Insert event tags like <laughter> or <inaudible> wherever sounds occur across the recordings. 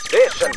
Station.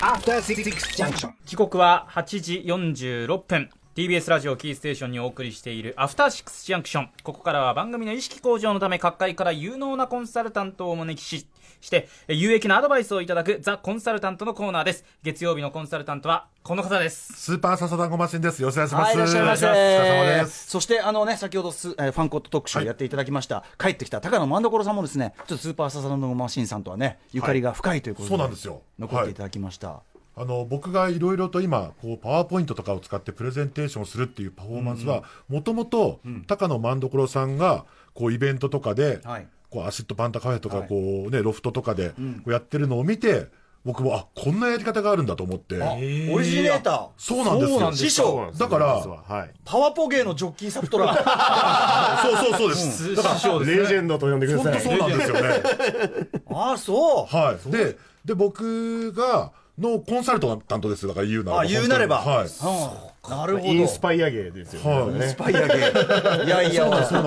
After Six Junction. 時刻は8時46分 TBS ラジオキーステーションにお送りしている「アフターシックスジャンクション」ここからは番組の意識向上のため各界から有能なコンサルタントをお招きししてえ有益なアドバイスをいただくザ・コンサルタントのコーナーです月曜日のコンサルタントはこの方ですスーパーササダンゴマシンです。よろしくお願いしまはす。い、いらっしゃいませ。お疲れ様です。そして、あのね、先ほどす、えーファンコット特集やっていただきました、帰ってきた高野万所さんもですね、ちょっとスーパーササダンゴマシンさんとはね、ゆかりが深いということで、そうなんですよ残っていただきました。あの僕がいろいろと今こうパワーポイントとかを使ってプレゼンテーションをするっていうパフォーマンスはもともと高野万所さんがこうイベントとかで、はいこうアシッドパンタカフェとかはいこう、ねロフトとかでこうやってるのを見て僕もあこんなやり方があるんだと思ってあオリジネーター。そうなんですよ師そうな匠んで、すだよから実ははいパワポゲーのジョッキーサ <laughs> プトラー。あそうそうそうです、 <laughs> 師匠レジェンドと呼んでくだ本さ当いそうなんですよねああ、そう。はい、でで僕がのコンサルタントですだから言うならばあ言うなれば。本当にはいうんなるほど。インスパイア芸ですよねはいだからねインスパイアゲー。いやいや、そうなんですそれ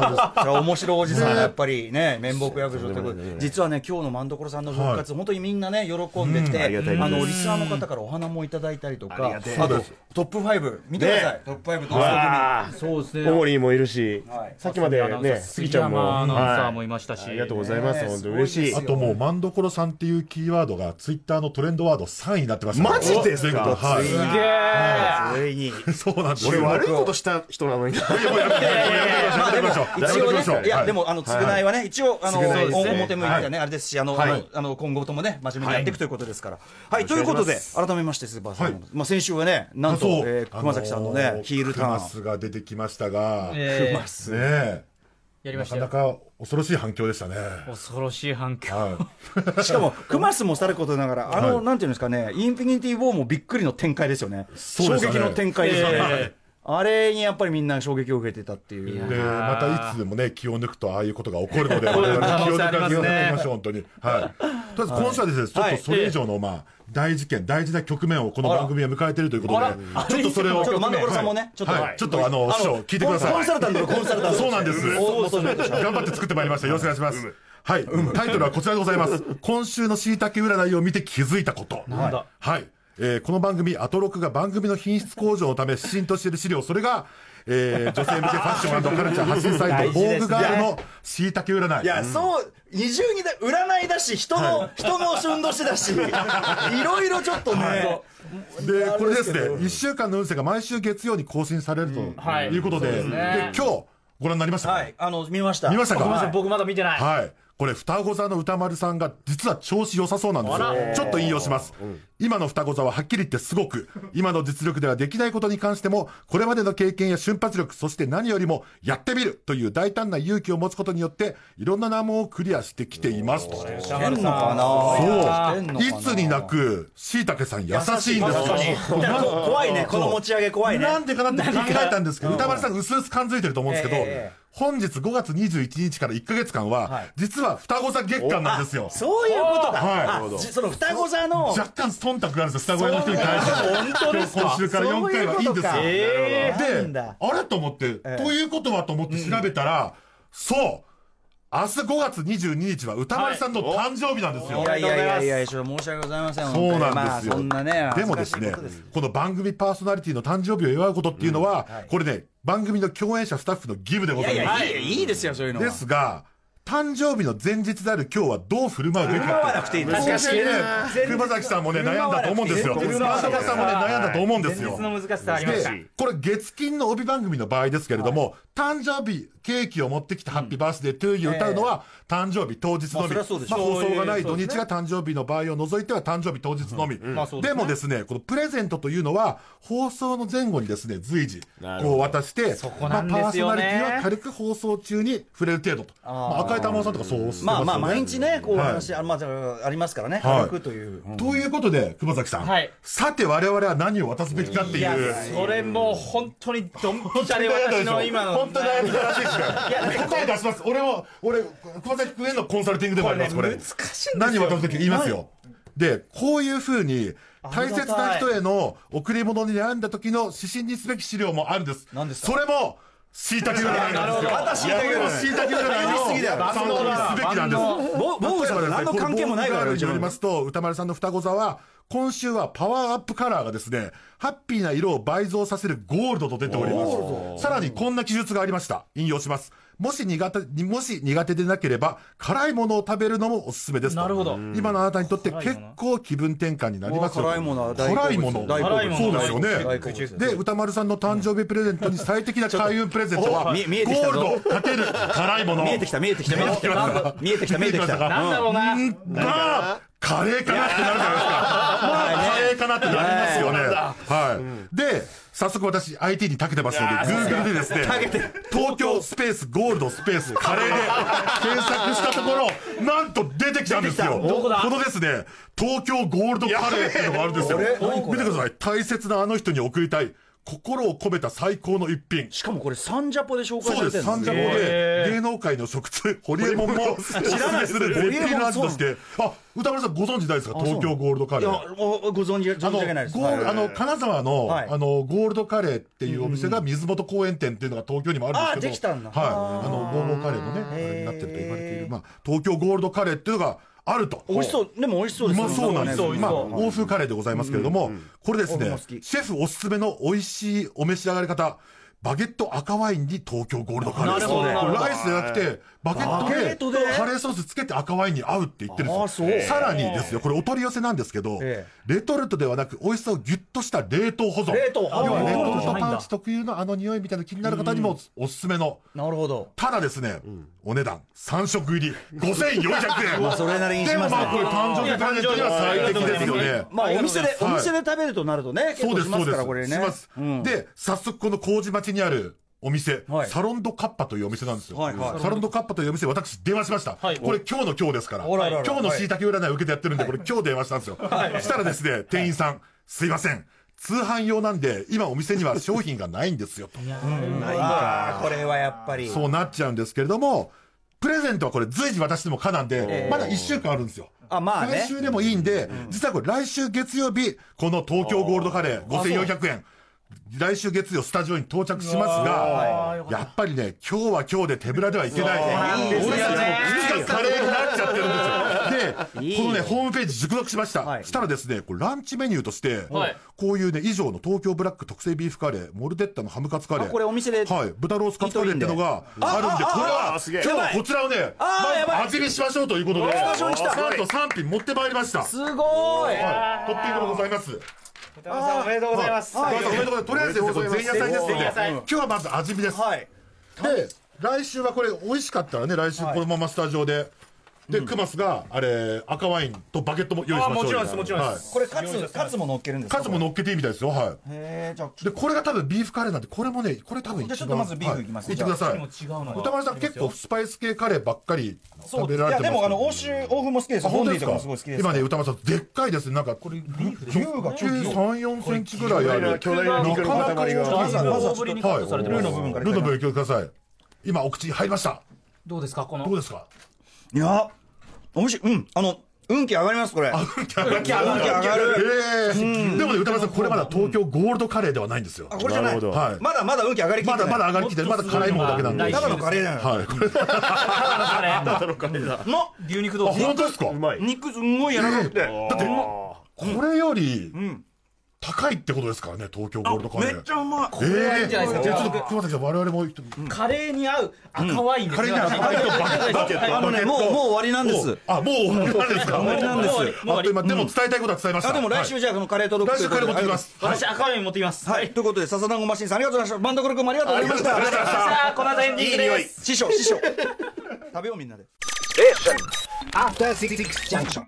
は面白いおじさんがやっぱりね、面目役所ということで、実はね、今日の万所さんの復活、本当にみんなね、喜んでて、ありがたいですあの、リスナーの方からお花もいただいたりとか、あと、トップ5、見てくださいね、トップ5、どうわあそうですねオモリーもいるしはいさっきまでね杉ちゃんもアナウンサーもはいいましたし、ありがとうございますね本当に嬉しいすごあいでともう、万所さんっていうキーワードが、ツイッターのトレンドワード3位になってましたね、マジです全か国はついい。すげえついに <laughs> そうなんです俺よ。悪いことした人なのに <laughs> まあでもや一め応ときましょうね、いやでもあの償いはね、一応あの償いですね表向いてはねあれですし、あのあはのいあの今後ともね真面目にやっていくということですから。はいということで改めましてスーパーさはんい、まあ先週はねなんとそうえー熊崎さんのねヒールタクマーンスが出てきましたが、ねえ <laughs> ーえやりまなしたかよなか恐ろしい反響でしたね。恐ろしい反響はしか <laughs> も、クマスもさることながら、あの、なんていうんですかね、インフィニティ・ウォーもびっくりの展開ですよね、そう衝ですね撃の展開ですよね、えあれにやっぱりみんな衝撃を受けてたってい、いうやい。で、またいつでもね、気を抜くとああいうことが起こるので、 <laughs> 我々可気能を性あ抜りますかずね気を抜きましょう、本当に。はい。とりあえず、今週はですね、ちょっとそれ以上の、まあ、大事件、大事な局面をこの番組は迎えているということで、ちょっとそれちょを。っと真所さんもね、ちょっと、はい、ちょっとあの、師匠、聞いてください。コンサルタントのコンサルタント、そうなんです。お求めとして頑張って作ってまいりました。よろしくお願いします。はい、タイトルはこちらでございます。今週のしいたけ占いを見て気づいたこと。んだはい。えーこの番組、アトロクが番組の品質向上のため指針としている資料、それが、えー女性向けファッションカルチャー発信サイト、ボーグガールのしいたけ占い。いや、そう、二重にだ、占いだし、人の、人の旬年だし、い <laughs> ろいろちょっとね、で、これですあれね、一週間の運勢が毎週月曜に更新されるとはいいうことで、そうですでね、今日、ご覧になりましたかはい、あの、見ました。見ましたかごめんなさい僕まだ見てない、はい。これ、双子座の歌丸さんが、実は調子良さそうなんですあらよ。ちょっと引用します。今の双子座ははっきり言ってすごく、今の実力ではできないことに関しても、これまでの経験や瞬発力、そして何よりも、やってみるという大胆な勇気を持つことによって、いろんな難問をクリアしてきていますと。北してん丸のさんかなしてんのかいつになく、しいたけさん優しいんですよ。いやこ怖いね、この持ち上げ怖いね。なんでかなって考えたんですけど、歌丸さん、うすうす感づいてると思うんですけえどえええ、本日5月21日から1ヶ月間は、実は双子座月間なんですよ。そういうことか。はいあじその双子座の。若干忖度があるんですよ、双子屋の人に対して。本当ですか今週から4回はいいんですよ。そういうことかなんで、だあれと思って、ということはと思って調べたら、そう明日5月22日は歌丸さんの誕生日なんですよ。いやいやいやいや、一応申し訳ございません。そう本当にまなあんですよ。そんなね、でもです恥ずかしねいことです、この番組パーソナリティの誕生日を祝うことっていうのは、これね、番組の共演者スタッフの義務でごいざやいいます。や、いいよいいですよ、そういうのは。ですが、誕生日の前日である今日はどう振る舞うべき思わかなくていいでこす。の辺ね、熊崎さんもね、悩んだと思うんですよ。振る川舞わなくていい島さんもね、悩んだと思うんです前よ日。の難しさありましたで、これ月金の帯番組の場合ですけれども、誕生日、ケーキを持ってきてハッピーバースデートゥーユー歌うのは、誕生日当日のみ。まあそりゃそうでしょまあ放送がない土日が誕生日の場合を除いては誕生日当日のみ。まあそうですでねもですね、このプレゼントというのは、放送の前後にですね、随時、るこう渡して、こまなあんパですーソよナねリティは軽く放送中に触れる程度と。まあ赤い玉緒さんとかそうおっしゃってまあまあ、すよ毎日ね、こう、はい話、あまあ、ありますからね、はい軽くという。うんということで、熊崎さん、はいさて我々は何を渡すべきかっていう。いやそれもう本当にドンピシャで私の今の本当に悩みらしいですから答え出します俺も俺熊崎君へのコンサルティングでもありますこれ何渡す時言いますよでこういうふうに大切な人への贈り物に悩んだ時の指針にすべき資料もあるんです何ですかそれもしいたけ占いなんですよ。いやこれもしいたけやりす占ぎいだよの参考にすべきなんです。ボボウさんと何の関係もないからよ。うにちよりのますと、歌丸さんの双子座は、今週はパワーアップカラーがですね、ハッピーな色を倍増させるゴールドと出ております。さらにこんな記述がありました。引用します。もし苦手、もし苦手でなければ、辛いものを食べるのもおすすめですと。なるほど今のあなたにとって結構気分転換になりますよ。辛いものは大好物辛いもの。大好物そうですよね。大好物で、歌丸さんの誕生日プレゼントに最適な開運プレゼントは、おゴ見見えてきたぞールドかける辛いもの。見えてきた見えてき <laughs> た見えてきた見えてきた見えてきた見えてきましたかなんだろうな、んまあ、カレーかなってなるじゃないですか。まあ、カレーかなってなりますよね。はい。で、早速私、IT に長けてますので、Google でですね、東京スペースゴールドスペースカレーで検索したところ、なんと出てきたんですよ。どこだのですね、東京ゴールドカレーっていうのがあるんですよ。見てください。大切なあの人に贈りたい、心を込めた最高の一品。しかもこれサンジャポで紹介さそれうてです。る三ん茶でもすで、芸能界の食通、ホリエモンも、知らないする絶品の味として、あ、歌丸さんご存知ないですか東京ゴールドカレいやー。おご存知あ存の、じゴ上げないですール、あの、金沢の、はいあの、ゴールドカレーっていうお店が水元公園店っていうのが東京にもあるんですけど。あできたんだはい。あの、ゴーゴーカレーのね、あれになってると言われている、まあ、東京ゴールドカレーっていうのがあると。美味しそうでも美味しそううですまそうなんですよ。美味しそうまあ、欧風カレーでございますけれども、これです僕ねも好、きシェフおすすめの美味しいお召し上がり方、バゲット赤ワインに東京ゴールドカレー。なるほどこなれるほどライスじゃなくて、バゲットでバゲットでカレーソースつけて赤ワインに合うって言ってるんあーですそよう。さらにですよ、これお取り寄せなんですけど、えレトルトではなく美味しさをギュッとした冷凍保存。冷凍要はレトルトあーパンチ特有のあの匂いみたいな気になる方にもおすすめの。なるほどただですね、お値段3食入り5400円。まあそれなりにしますねでもまあこれ誕生日プレゼントには最適ですよね。まあお店でおはい店で食べるとなるとね結そう構でしす、まそうすでからす。これねしますうん。で、早速この麹町にあるお店、はいサロンドカッパというお店なんですよ。はいはいサロンドカッパというお店、私電話しました。はいこれ今日の今日ですから。おららら今日の椎茸占いを受けてやってるんで、これ今日電話したんですよ。したらですね、店員さん、すいません。通販用なんで、今お店には商品がないんで <laughs> すよ。とあーこれはやっぱりそうなっちゃうんですけれども、プレゼントはこれ随時渡しても可なんで、まだ1週間あるんですよ。あまあね来週でもいいんで、実はこれ来週月曜日、この東京ゴールドカレー5400円。来週月曜スタジオに到着しますわーがよ、やっぱりね、今日は今日で手ぶらではいけない。そう俺たちも口がカレーになっちゃってるんですよ。で、いこのね、よホームページ熟読しました。はいしたらですね、これランチメニューとして、はいこういうね、以上の東京ブラック特製ビーフカレー、モルデッタのハムカツカレー。あこれお店ではい、豚ロースカツカレーっていうのがあるんで、これは、すげえ今日はこちらをね、あーやばいまず味見しましょうということで、スタジオに来たなんと3品持ってまいりました。はい、すごいトッピングでございます。歌丸さんおめでとうございます、はい、おめでとうございます。とりあえずですね、これ前夜祭ですので、前夜祭今日はまず味見です。はいで、来週はこれ、美味しかったらね、来週このままスタジオで。で、クマスが、あれ、赤ワインとバケットも用意しましょうあもちろんですもちろんですこれカツカツも乗っけるんですかカツも乗っけていいみたいですよ。はえーじゃあい。で、これが多分ビーフカレーなんで、これもね、これ多分一番。じゃあちょっとまずビーフいきますはい行ってくださもい。違うのが歌丸さん結構スパイス系カレーばっかりそうですい食べられやてでますけどもあの欧州欧風も好きですあホンディすとかもすごい好きです今ね歌丸さんでっかいですねなんかこれビーフが3 4センチぐらいある巨大な肉の塊がまずはまずは大ぶりにカットされてはますいルーの部分からルーの部分いきください今お口入りましたどうですかこのどうですかいや美味しいうんあの運気上がりますこれ運気上がる運気上がるえーでもね歌丸さんこれまだ東京ゴールドカレーではないんですよあこれじゃなないるほどはいまだまだ運気上がりきっまてなだいまだ上がりきってないまだ辛いものだけなんでもっとただすごいのカレーだよはいこれあカレーたのカレーだの牛肉どう本当ですかうまい肉すんごい柔らかくてだってこれより高いってことですからね東京ゴールドカレめーっちゃうまいええいいんじゃないですかじゃあちょっと熊崎さん我々も一人カレーに合う赤ワインですカレーねに合う赤ワインとバケットあのねもうもう終わりなんですおあもう終わりなんですか終わりなんですあっという間でも伝えたいことは伝えましたあでも来週はいじゃあこのカレー届く来週カレー持ってきますはい私赤ワイン持ってきますはい、ということで、笹団子マシンさんありがとうございました。バンドクル君もありがとうございました。さあこの後エンディングです師匠、師匠。食べようみんなで。 After Six Junction.